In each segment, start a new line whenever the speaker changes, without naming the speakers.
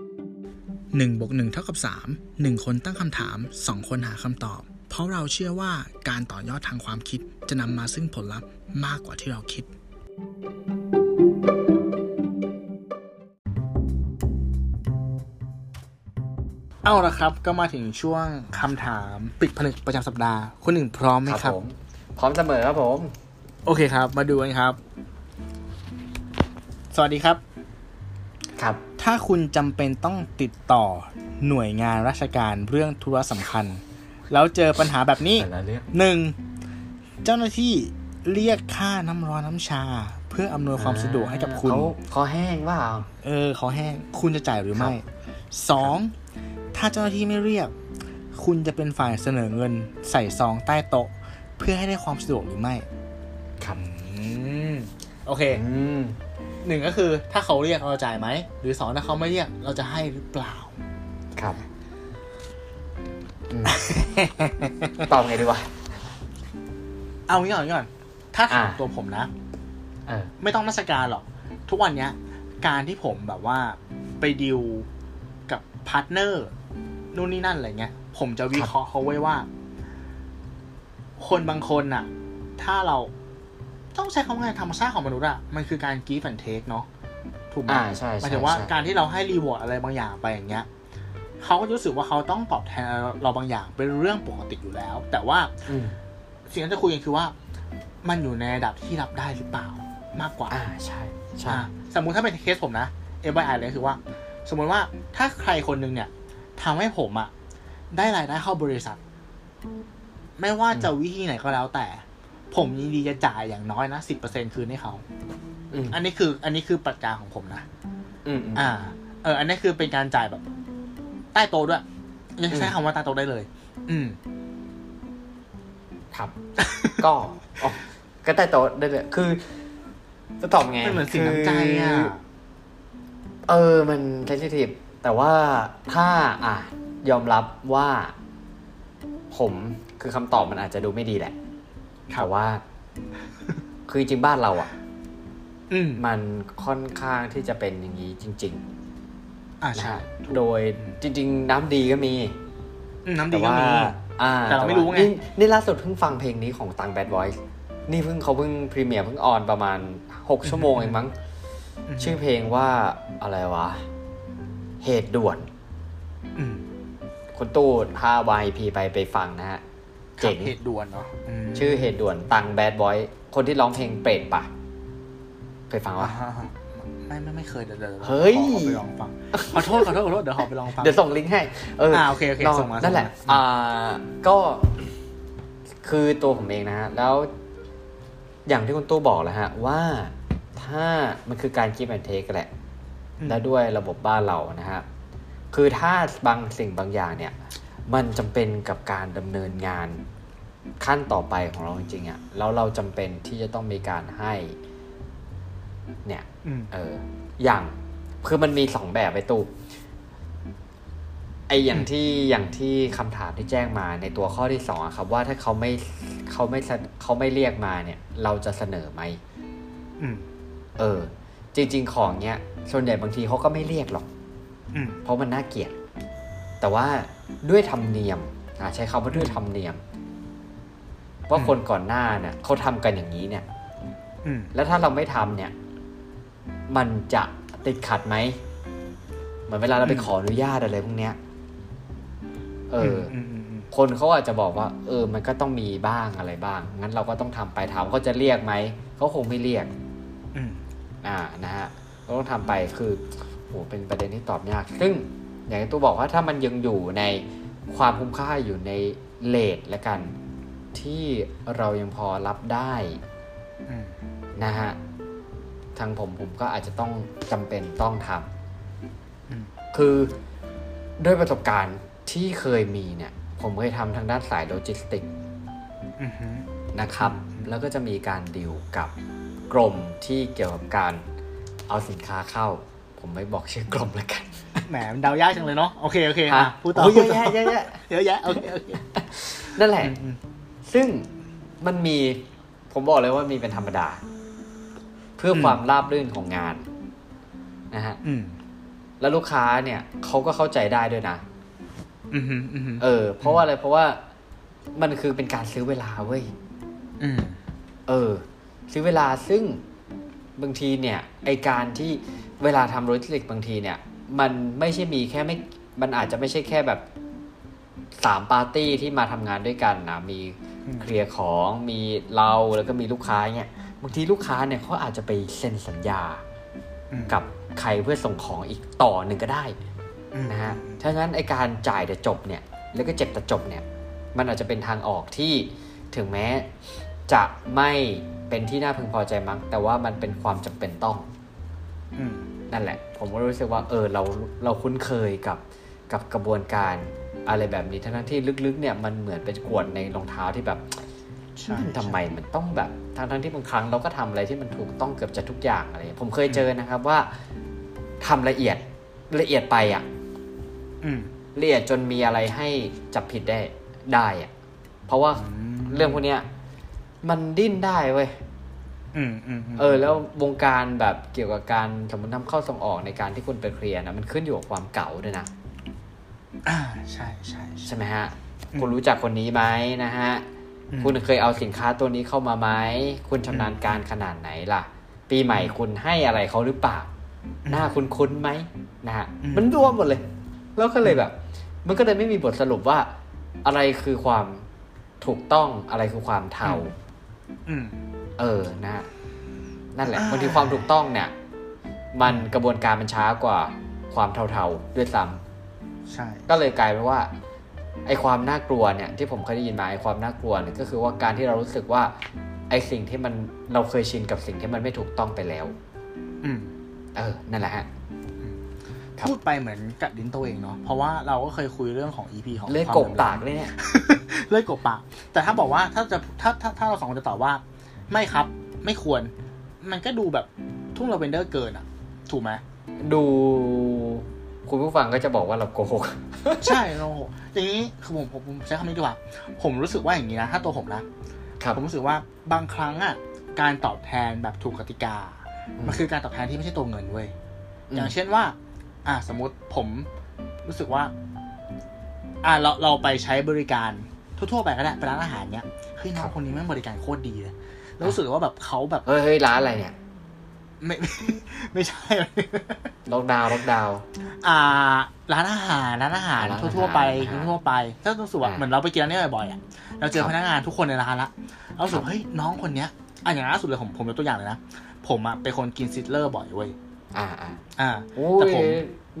1บวก1เท่ากับ3 1 คนตั้งคำถาม 2 คนหาคำตอบ เพราะเราเชื่อว่าการต่อยอดทางความคิดจะนำมาซึ่งผลลัพธ์มากกว่าที่เราคิด เอาละครับ ก็มาถึงช่วงคำถามปิดผนึกประจำสัปดาห์คุณหนึ่งพร้อมไหมครับ
ผมพร้อมเสมอครับผม
โอเคครับ มาดูกันครับ สวัสดีครับ
ครับ
ถ้าคุณจำเป็นต้องติดต่อหน่วยงานราชการเรื่องธุระสำคัญ แล้วเจอปัญหาแบบนี้
แต่ละเรื่อง
หนึ่งเจ้าหน้าที่เรียกค่าน้ำร้อนน้ำชา เพื่ออำนวยความสะดวกให้กับคุณ
เขาคอแห้งว่า
เออขอแห้งคุณจะจ่ายหรือไม่
ครับ
สองถ้าเจ้าหน้าที่ไม่เรียก คุณจะเป็นฝ่ายเสนอเงินใส่ซองใต้โต๊ะ เพื่อให้ได้ความสะดวกหรือไม่
ครับ
โอเค
อืม
หนึ่งก็คือถ้าเขาเรียกเราจ่ายไหม หรือสองถ้าเขาไม่เรียกเราจะให้หรือเปล่า
ครับอืมตอบไงดีวะ
เอางี้ก่อนงี้ก่อน ถ้าถาม
อ่า
ตัวผมนะ
เออ
ไม่ต้องราชการหรอก ทุกวันเนี้ย การที่ผมแบบว่าไปดิวกับพาร์ทเนอร์นู่นนี่นั่นอะไรเงี้ย ผมจะวิเคราะห์เขาไว้ว่า คนบางคนน่ะ ถ้าเราต้องใช้คำว่าไงธรรมชาติของมนุษย์อะมันคือการ give and take เนาะถูกไหม
อ่าใช่
ห
ใช่
มายถึงว่า
ใช่
การที่เราให้รีวอร์ดอะไรบางอย่างไปอย่างเงี้ยเขาก็จะรู้สึกว่าเขาต้องตอบแทนเราบางอย่างเป็นเรื่องปกติอยู่แล้ว แต่ว่า
อืม
สิ่งที่จะคุยกันคือว่า มันอยู่ในระดับที่รับได้หรือเปล่ามากกว่า
อ่าใช่ใช่
อ่าสมมุติถ้าเป็นเคสผมนะ FYI เลยคือว่า สมมุติว่าถ้าใครคนหนึ่งเนี่ยทำให้ผมอะได้รายได้เข้าบริษัท ไม่ว่าจะวิธีไหนก็แล้วแต่ ผมยินดีจะจ่ายอย่างน้อยนะสิบเปอร์เซ็นคืนให้เขา
อืม
อันนี้คือ อันนี้คือปรัชญาของผมนะ
อืมอืม
อ่า เออ อันนี้คือเป็นการจ่ายแบบ ใต้โต๊ะด้วยยังใช้
อืม
คำว่าใต้โต๊ะได้เลย อืม
ครับ ก็อ๋อก็ใต้โต๊ะได้เลยคือ จะตอบไง
มันเหมือนสินน้ำใจอ่ะ
คืเออ มันเซนซิทีฟแต่ว่าถ้าอ่ะยอมรับว่า ผมคือคำตอบมันอาจจะดูไม่ดีแหละ
ครับ
แต่ว่า คือจริงๆบ้านเราอ่ะ
อืม
มันค่อนข้างที่จะเป็นอย่างนี้จริง
อ่า
ๆนะ
ใช่
ฮะโดยจริง ๆ น้ำดีก็มี
อืมน้ำดี
แต่
ก็
ว่า
มี
อ่า
แต่เราไม่รู้ไง
นี่นี่ล่าสุดเพิ่งฟังเพลงนี้ของตังแบดบอยส์นี่เพิ่งเขาเพิ่งพรีเมียร์เพิ่งออนประมาณ 6 ชั่วโมงเองมั้ง
ม
ชื่อเพลงว่าอะไรวะ เหตุด่วน
อืม
คุณตู้พา YP ไปไปฟังนะฮะ เจ๋ง
ครับเหตุด่วนเนาะม
ชื่อเหตุด่วนตังแบดบอยส์คนที่ร้องเพลงเปรตปะเคยฟั
อ่าว
งะ
ฮะไม่ไม่ไม่เคยเดี๋ยวเดี๋ยวดี๋ว
เฮ้ย
ขอขอไปลองฟังขอโทษขอโทษขอโทษเดี๋ยวขอไปลองฟัง
เดี๋ยวส่งลิงก์ให้ เออ
อ่า
อ่า
โอเคโอเคส่งมาส่งมา
นั่นแหละ อ่า ก็คือตัวผมเองนะฮะ แล้ว อย่างที่คุณตู้บอกแหล้วฮะ ว่าถ้ามันคือการ give and take แหละ
อืม
และด้วยระบบบ้านเรานะฮะ คือถ้าบางสิ่งบางอย่างเนี่ย มันจำเป็นกับการดำเนินงานขั้นต่อไปของเราจริงๆอะ่ะ แล้วเราจำเป็นที่จะต้องมีการให้ เนี่ย
อืม
เออ อย่าง คือมันมีสองแบบไปตูไออย่างที่ อย่างที่คำถามที่แจ้งมาในตัวข้อที่สองอะครับ ว่าถ้าเขาไม่เขาไม่เสนเขาไม่เรียกมาเนี่ย เราจะเสนอไหม
อืม
เออ จริง ๆ ของเนี้ย ส่วนใหญ่บางทีเขาก็ไม่เรียกหรอก
อืม
เพราะมันน่าเกลียด แต่ว่าด้วยธรรมเนียมอ่ะใช้คำว่าด้วยธรรมเนียม ว่าคนก่อนหน้าเนี่ยเขาทำกันอย่างนี้เนี่ย
อืม
แล้วถ้าเราไม่ทำเนี่ย มันจะติดขัดไหม เหมือนเวลาเราไปขออนุญาตอะไรพวกเนี้ย เอออ
มอืมอืม
คนเขาอาจจะบอกว่า เออ มันก็ต้องมีบ้างอะไรบ้าง งั้นเราก็ต้องทำไปถามว่าเขาจะเรียกไหม เขาคงไม่เรียก
อืม
อ่า นะฮะเราต้องทำไป คือโหเป็นประเด็นที่ตอบยาก ซึ่ง อย่างที่ตัวบอกว่าถ้ามันยังอยู่ในความคุ้มค่าอยู่ในเลทละกัน ที่เรายังพอรับได้
อืม
นะฮะ ทางผมผมก็อาจจะต้องจำเป็นต้องทำ
อืม
คือด้วยประสบการณ์ที่เคยมีเนี่ย ผมเคยทำทางด้านสายโลจิสติกส์
อืมอืม
นะครับ
อืม
แล้วก็จะมีการดิวกับกรมที่เกี่ยวกับการเอาสินค้าเข้า ผมไม่บอกชื่อกรมแล้วกัน
แหมมันเดายากจังเลยเนาะโอเคโอเคอ่ะ
ฮะ
พูดต่อ
โอ้ย
พู
เย
ด
อะ
ต่อ
แยะเยอะ แยะ
เยอะแยะโอเคโอเค
นั่นแหละ
อืมอืม
ซึ่งมันมีผมบอกเลยว่ามีเป็นธรรมดา เพื่อความราบรื่นของงานนะฮะ
อืม
แล้วลูกค้าเนี่ยเขาก็เข้าใจได้ด้วยนะ
อืมฮึอืมฮึ
เออ เพราะว่าอะไร เพราะว่ามันคือเป็นการซื้อเวลาเว้ย
อืม
เออ ซื้อเวลาซึ่งบางทีเนี่ยไอการที่เวลาทำโลจิสติกบางทีเนี่ย มันไม่ใช่มีแค่ไม่ มันอาจจะไม่ใช่แค่แบบสามปาร์ตี้ที่มาทำงานด้วยกันนะมี
อืม
เคลียร์ของมีเราแล้วก็มีลูกค้าเนี่ยบางทีลูกค้าเนี่ยเขาอาจจะไปเซ็นสัญญา
อืม
กับใครเพื่อส่งของอีกต่อหนึ่งก็ได้
อืม
นะฮะถ้างั้นไอการจ่ายแต่จบเนี่ย แล้วก็เจ็บแต่จบเนี่ย มันอาจจะเป็นทางออกที่ถึงแม้จะไม่เป็นที่น่าพึงพอใจมั้ง แต่ว่ามันเป็นความจำเป็นต้อง
อืม
นั่นแหละ ผมก็รู้สึกว่า เออ เรา เราคุ้นเคยกับ กับกระบวนการอะไรแบบนี้ ทั้งๆที่ลึกๆ เนี่ย มันเหมือนเป็นกวดในรองเท้าที่แบบ
ใช่
ทำไมมันต้องแบบทั้งทั้งๆที่บางครั้งเราก็ทำอะไรที่มันถูกต้องเกือบจะทุกอย่างอะไรอย่างเงี้ยผมเคยเจอนะครับว่าทำละเอียดละเอียดไปอ่ะ
อืม
ละเอียดจนมีอะไรให้จับผิดได้ได้อะเพราะว่าเรื่องพวกเนี้ยมันดิ้นได้เว้ย
อืมอืมม
เออ แล้ววงการแบบเกี่ยวกับการสมมตินำเข้าส่งออกในการที่คุณไปเคลียร์นะมันขึ้นอยู่กับความเก่าด้วยนะ
อ่าใช่ใช่ใช่
ใช่ไหมฮะ
อืม
คุณรู้จักคนนี้ไหมนะฮะ
อืม
คุณเคยเอาสินค้าตัวนี้เข้ามาไหม คุณชำนาญการขนาดไหนล่ะ ปีใหม่คุณให้อะไรเขาหรือเปล่า หน้าคุณคุ้นไหมนะฮะ
อืม
มันรวมหมดเลย แล้วก็เลยแบบ มันก็เลยไม่มีบทสรุปว่า อะไรคือความถูกต้อง อะไรคือความเทา
อืม
เออ นะฮะ นั่นแหละ
อ่า
บางทีความถูกต้องเนี่ย มันกระบวนการมันช้ากว่าความเทาๆด้วยซ้ำ
ใช่
ก็เลยกลายเป็นว่าไอความน่ากลัวเนี่ยที่ผมเคยได้ยินมาไอความน่ากลัวเนี่ยก็คือว่าการที่เรารู้สึกว่าไอสิ่งที่มันเราเคยชินกับสิ่งที่มันไม่ถูกต้องไปแล้ว
อืม
เออนั่นแหละฮะ ครับ
พูดไปเหมือนกัดลิ้นตัวเองเนาะเพราะว่าเราก็เคยคุยเรื่องของ EP ของ
เลือด
ความ
ก
ห
บ
มล้ำ
ปากเลยเนี่ย
เลือดกบปากแต่ถ้าบอกว่าถ้าจะถ้าถ้าถ้าเราสองคนจะตอบว่า ไม่ครับ ไม่ควร มันก็ดูแบบทุ่งลาเวนเดอร์เกินอ่ะ ถูกไหม
ดูคุณผู้ฟังก็จะบอกว่าเราโกหก
ใช่โอ้โหอย่างนี้คือผมผมผมใช้คำนี้ดีกว่า ผมรู้สึกว่าอย่างนี้นะ ถ้าตัวผมนะ
ครับ
ผมรู้สึกว่าบางครั้งอ่ะ การตอบแทนแบบถูกกติกา มันคือการตอบแทนที่ไม่ใช่ตัวเงินเว้ย
อืม
อย่างเช่นว่า อ่ะสมมติผมรู้สึกว่า อ่ะเราเราไปใช้บริการทั่วๆไปก็ได้ไปร้านอาหารเนี้ยเฮ้ยน้องคนนี้แม่งบริการโคตรดีเลยแล้วรู้สึกว่าแบบเขาแบบ
เฮ้ยเฮ้ยร้านอะไรเนี่ย
ไม่ ไม่ใช่
ล็อกดาวน์ล็อกดาวน์
อ่า ร้านอาหารร้านอาหาร
ร้านอาหาร
ทั่วๆไป
อ่า
ทั่วๆไปถ้ารู้สึกว่า
อ่า
เหมือนเราไปกินร้านนี้บ่อยๆอ่ะเราเจอ
ครับ
พนักงานทุกคนในร้านละเรารู้สึก
ครับ
เฮ้ยน้องคนเนี้ยอ่ะอย่างล่าสุดเลยผมผมยกตัวอย่างเลยนะผมอ่ะเป็นคนกินซิตเลอร์บ่อยเว้ย
อ่าอ่า
อ่า
โอ้
แต่
ย
ผม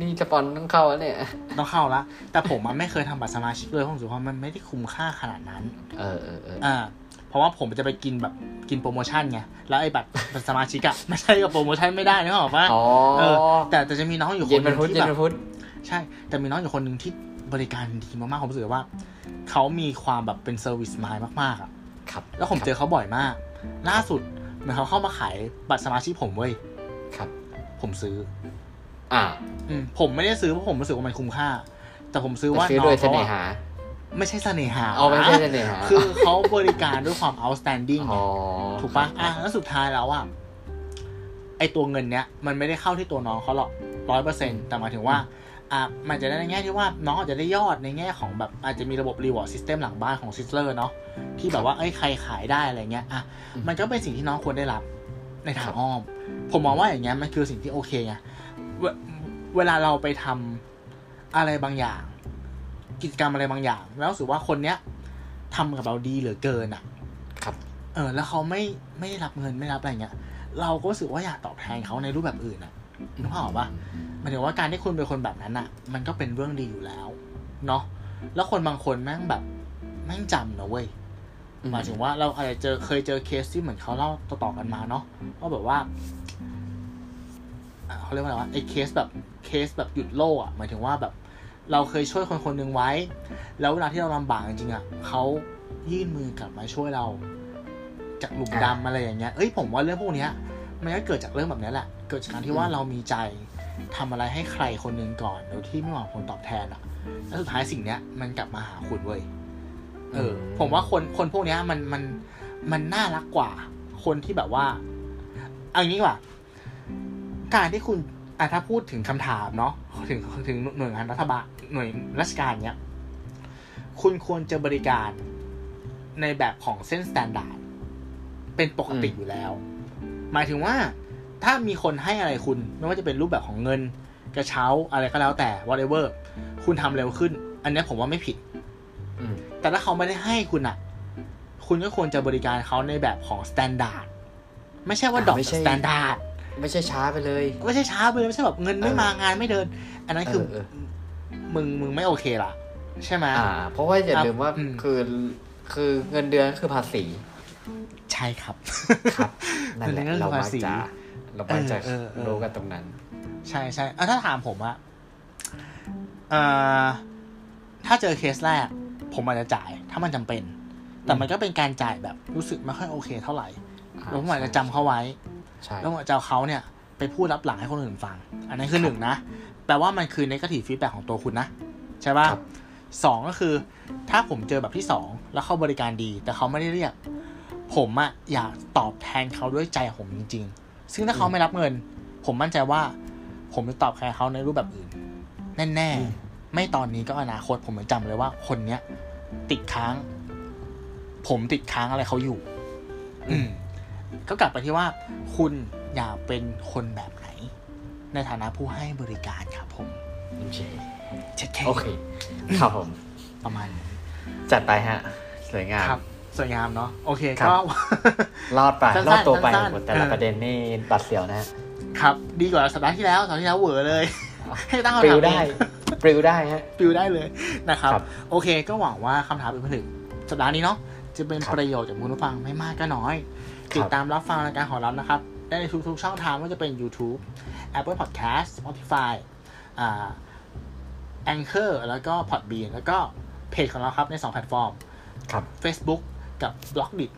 นี่สปอนต้องเข้าแล้วเนี่ย
ต้องเข้าละแต่ผมอ่ะไม่เคยทำบัตรสมาชิกเลยเพราะผมรู้สึกว่ามันไม่ได้คุ้มค่าขนาดนั้น
เออเออเออ
อ่า เพราะว่าผมจะไปกินแบบกินโปรโมชั่นไงแล้วไอ้บัตรบัตรสมาชิกอ่ะไม่ใช่กับโปรโมชั่นไม่ได้นึกออกปะ
อ๋อ
เออแต่แต่จะมีน้องอยู่ค
เย็น
นห
พั
นึ
น
ง
พุธ
ที่
เย็
แบบ
นพันพุธ
ใช่ แต่มีน้องอยู่คนหนึ่งที่บริการดีมากๆ ผมรู้สึกว่า เขามีความแบบเป็นเซอร์วิสมายมากๆอะ
ครับ
แล้วผมเจอเขาบ่อยมาก ล่าสุดเหมือนเขาเข้ามาขายบัตรสมาชิกผมเว้ย
ครับ
ผมซื้อ
อ่า
อืมผมไม่ได้ซื้อเพราะผมรู้สึกว่ามันคุ้มค่า แต่ผมซื้อว่า
ซื้อ
น้อ
โด
ง
ยเส
เขา
น่
อะ
หา
ไม่ใช่เสน่หา
เอาไม่ใช่เสน่หา
คือเขาบริการด้วยความ outstanding ไง
อ๋อ
ถูกปะอ่ะแล้วสุดท้ายแล้วอ่ะ ไอตัวเงินเนี้ยมันไม่ได้เข้าที่ตัวน้องเขาหรอกร้อยเปอร์เซ็นต์แต่หมายถึงว่า อ่ะมันจะได้ในแง่ที่ว่าน้องอาจจะได้ยอดในแง่ของแบบอาจจะมีระบบรีวอร์ดซิสเต็มหลังบ้านของซิสเลอร์เนาะที่แบบว่าเอ้ยใครขายได้อะไรเงี้ยอ่ะมันก็เป็นสิ่งที่น้องควรได้รับในทางอ้อม ผมมองว่าอย่างเงี้ยมันคือสิ่งที่โอเคไงเวเวลาเราไปทำอะไรบางอย่าง กิจกรรมอะไรบางอย่าง แล้วรู้สึกว่าคนเนี้ยทำกับเราดีเหลือเกินอ่ะ
ครับ
เออแล้วเขาไม่ไม่ได้รับเงินไม่รับอะไรเงี้ย เราก็รู้สึกว่าอยากตอบแทนเขาในรูปแบบอื่นอะนึกภาพออกปะหมายถึงว่าการที่คุณเป็นคนแบบนั้นอะมันก็เป็นเรื่องดีอยู่แล้ว เนาะแล้วคนบางคนแม่งแบบแม่งจำนะเว้ย
อืม
หมายถึงว่าเราอาจจะเจอเคยเจอเคสที่เหมือนเขาเล่าต่อๆกันมาเนาะว่าแบบว่าอ่าเขาเรียกว่าอะไรวะไอ้เคสแบบเคสแบบหยุดโลกอะหมายถึงว่าแบบ เราเคยช่วยคนคนหนึ่งไว้ แล้วเวลาที่เราลำบากจริงๆอะเขายื่นมือกลับมาช่วยเรา จากหลุมดำ
อ่า
อะไรอย่างเงี้ย เอ้ยผมว่าเรื่องพวกเนี้ย มันก็เกิดจากเรื่องแบบเนี้ยแหละ เกิดจากการที่ว่าเรามีใจทำอะไรให้ใครคนหนึ่งก่อนโดยที่ไม่หวังผลตอบแทนอะแล้วสุดท้ายสิ่งเนี้ยมันกลับมาหาคุณเว้ย เออ ผมว่าคนคนพวกเนี้ยมันมันมันน่ารักกว่า คนที่แบบว่าเอางี้ดีกว่า การที่คุณอ่ะถ้าพูดถึงคำถามเนาะ ถึงถึงหน่วยงานรัฐบาลหน่วยราชการเนี้ยคุณควรจะบริการในแบบของเส้นสแตนดาร์ดเป็นปกติ
อืม
อยู่แล้ว หมายถึงว่าถ้ามีคนให้อะไรคุณ ไม่ว่าจะเป็นรูปแบบของเงิน กระเช้าอะไรก็แล้วแต่ whatever คุณทำเร็วขึ้น อันเนี้ยผมว่าไม่ผิด
อืม
แต่ถ้าเขาไม่ได้ให้คุณอ่ะ คุณก็ควรจะบริการเขาในแบบของสแตนดาร์ดไม่ใช่ว่าดรอป
ไม่ใช่
สแตนดาร์ด
ไม่ใช่ช้าไปเลย
ไม่ใช่ช้าไปเลยไม่ใช่แบบเงินไม่
เออ
มางานไม่เดิน อันนั้นคือ
เออเออ
มึงมึงไม่โอเคล่ะ ใช่ไหม
อ่า เพราะว่าอย่า
ครับ
ลืมว่า
อืม
คือคือเงินเดือนก็คือภาษี
ใช่ครับ
ครับนั่นแหละ
เงินเดือน
เรา
คือ
มา
ภาษี
จะเรามาจะ
เออเออเออ
รู้กันตรงนั้น
ใช่ใช่อ่ะถ้าถามผมอะเอ่อถ้าเจอเคสแรก ผมอาจจะจ่าย ถ้ามันจำเป็น แต่มันก็เป็นการจ่ายแบบรู้สึกไม่ค่อยโอเคเท่าไหร่แล้วผมอาจจะจำเขาไว้
ใช่
แล้วจะเอาเขาเนี่ย ไปพูดรับหลังให้คนอื่นฟัง อันนั้นคือหนึ่งนะ แปลว่ามันคือ negative feedback ของตัวคุณนะ ใช่ป่ะ
ครับ
สองก็คือ ถ้าผมเจอแบบที่สองแล้วเข้าบริการดี แต่เขาไม่ได้เรียก ผมอะอยากตอบแทนเขาด้วยใจผมจริง ๆ ซึ่งถ้าเขาไม่รับเงิน ผมมั่นใจว่า ผมจะตอบแทนเขาในรูปแบบอื่น แน่
อืม
ๆ ไม่ตอนนี้ก็อนาคตผมจะจำเลยว่าคนเนี้ยติดค้าง ผมติดค้างอะไรเขาอยู่ อืม ก็กลับไปที่ว่า คุณอยากเป็นคนแบบไหน ในฐานะผู้ให้บริการครับผม
โอเค
เช็ดแค่
โอเค ครับผม
ประมาณนี้
จัดไปฮะ สวยงาม
ครับ สวยงามเนาะโอเค
ครับ
ก็
รอดไป
สั้นๆ
รอดตัวไป
สั้นๆ
หมดแต่ละ
เออ
ประเด็นนี่บัดเสียวนะฮะ
ครับ ดีกว่าสัปดาห์ที่แล้วสัปดาห์ที่แล้วเหวอเลย ให้ตั้งคำ
ปลิ
ถาว ม
ได้
เอง
ปลิวได้ฮะ
ปิวได้เลยนะครับ
ครับ
โอเคก็หวังว่าคำถามเป็นผลึกสัปดาห์นี้เนาะจะเป็น
ครับ
ประโยชน์จากคุณผู้ฟังไม่มากก็น้อย
ครับ
ติดตามรับฟังรายการของเรานะครับ ได้ในทุกๆช่องทางไม่ว่าจะเป็น YouTube Apple Podcast Spotify อ่า Anchor แล้วก็ Podbean แล้วก็เพจของเราครับใน 2 แพลตฟอร์ม
ครับ
Facebook กับ b l o g d i t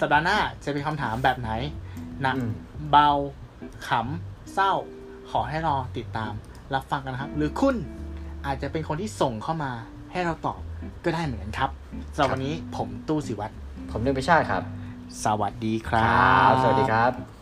สัปดาห์หน้าจะเป็นคำถามแบบไหนหนัก
อืม
เบาขำเศร้า ขอให้รอติดตามรับฟังกันนะครับ หรือคุณอาจจะเป็นคนที่ส่งเข้ามาให้เราตอบก็ได้เหมือนกันครับสำหรับ
ครับ
วันนี้ผมตู้สิวัตร
ผมเนื่องไปชาติครับ
สวัสดีครับ
ครับ สวัสดีครับ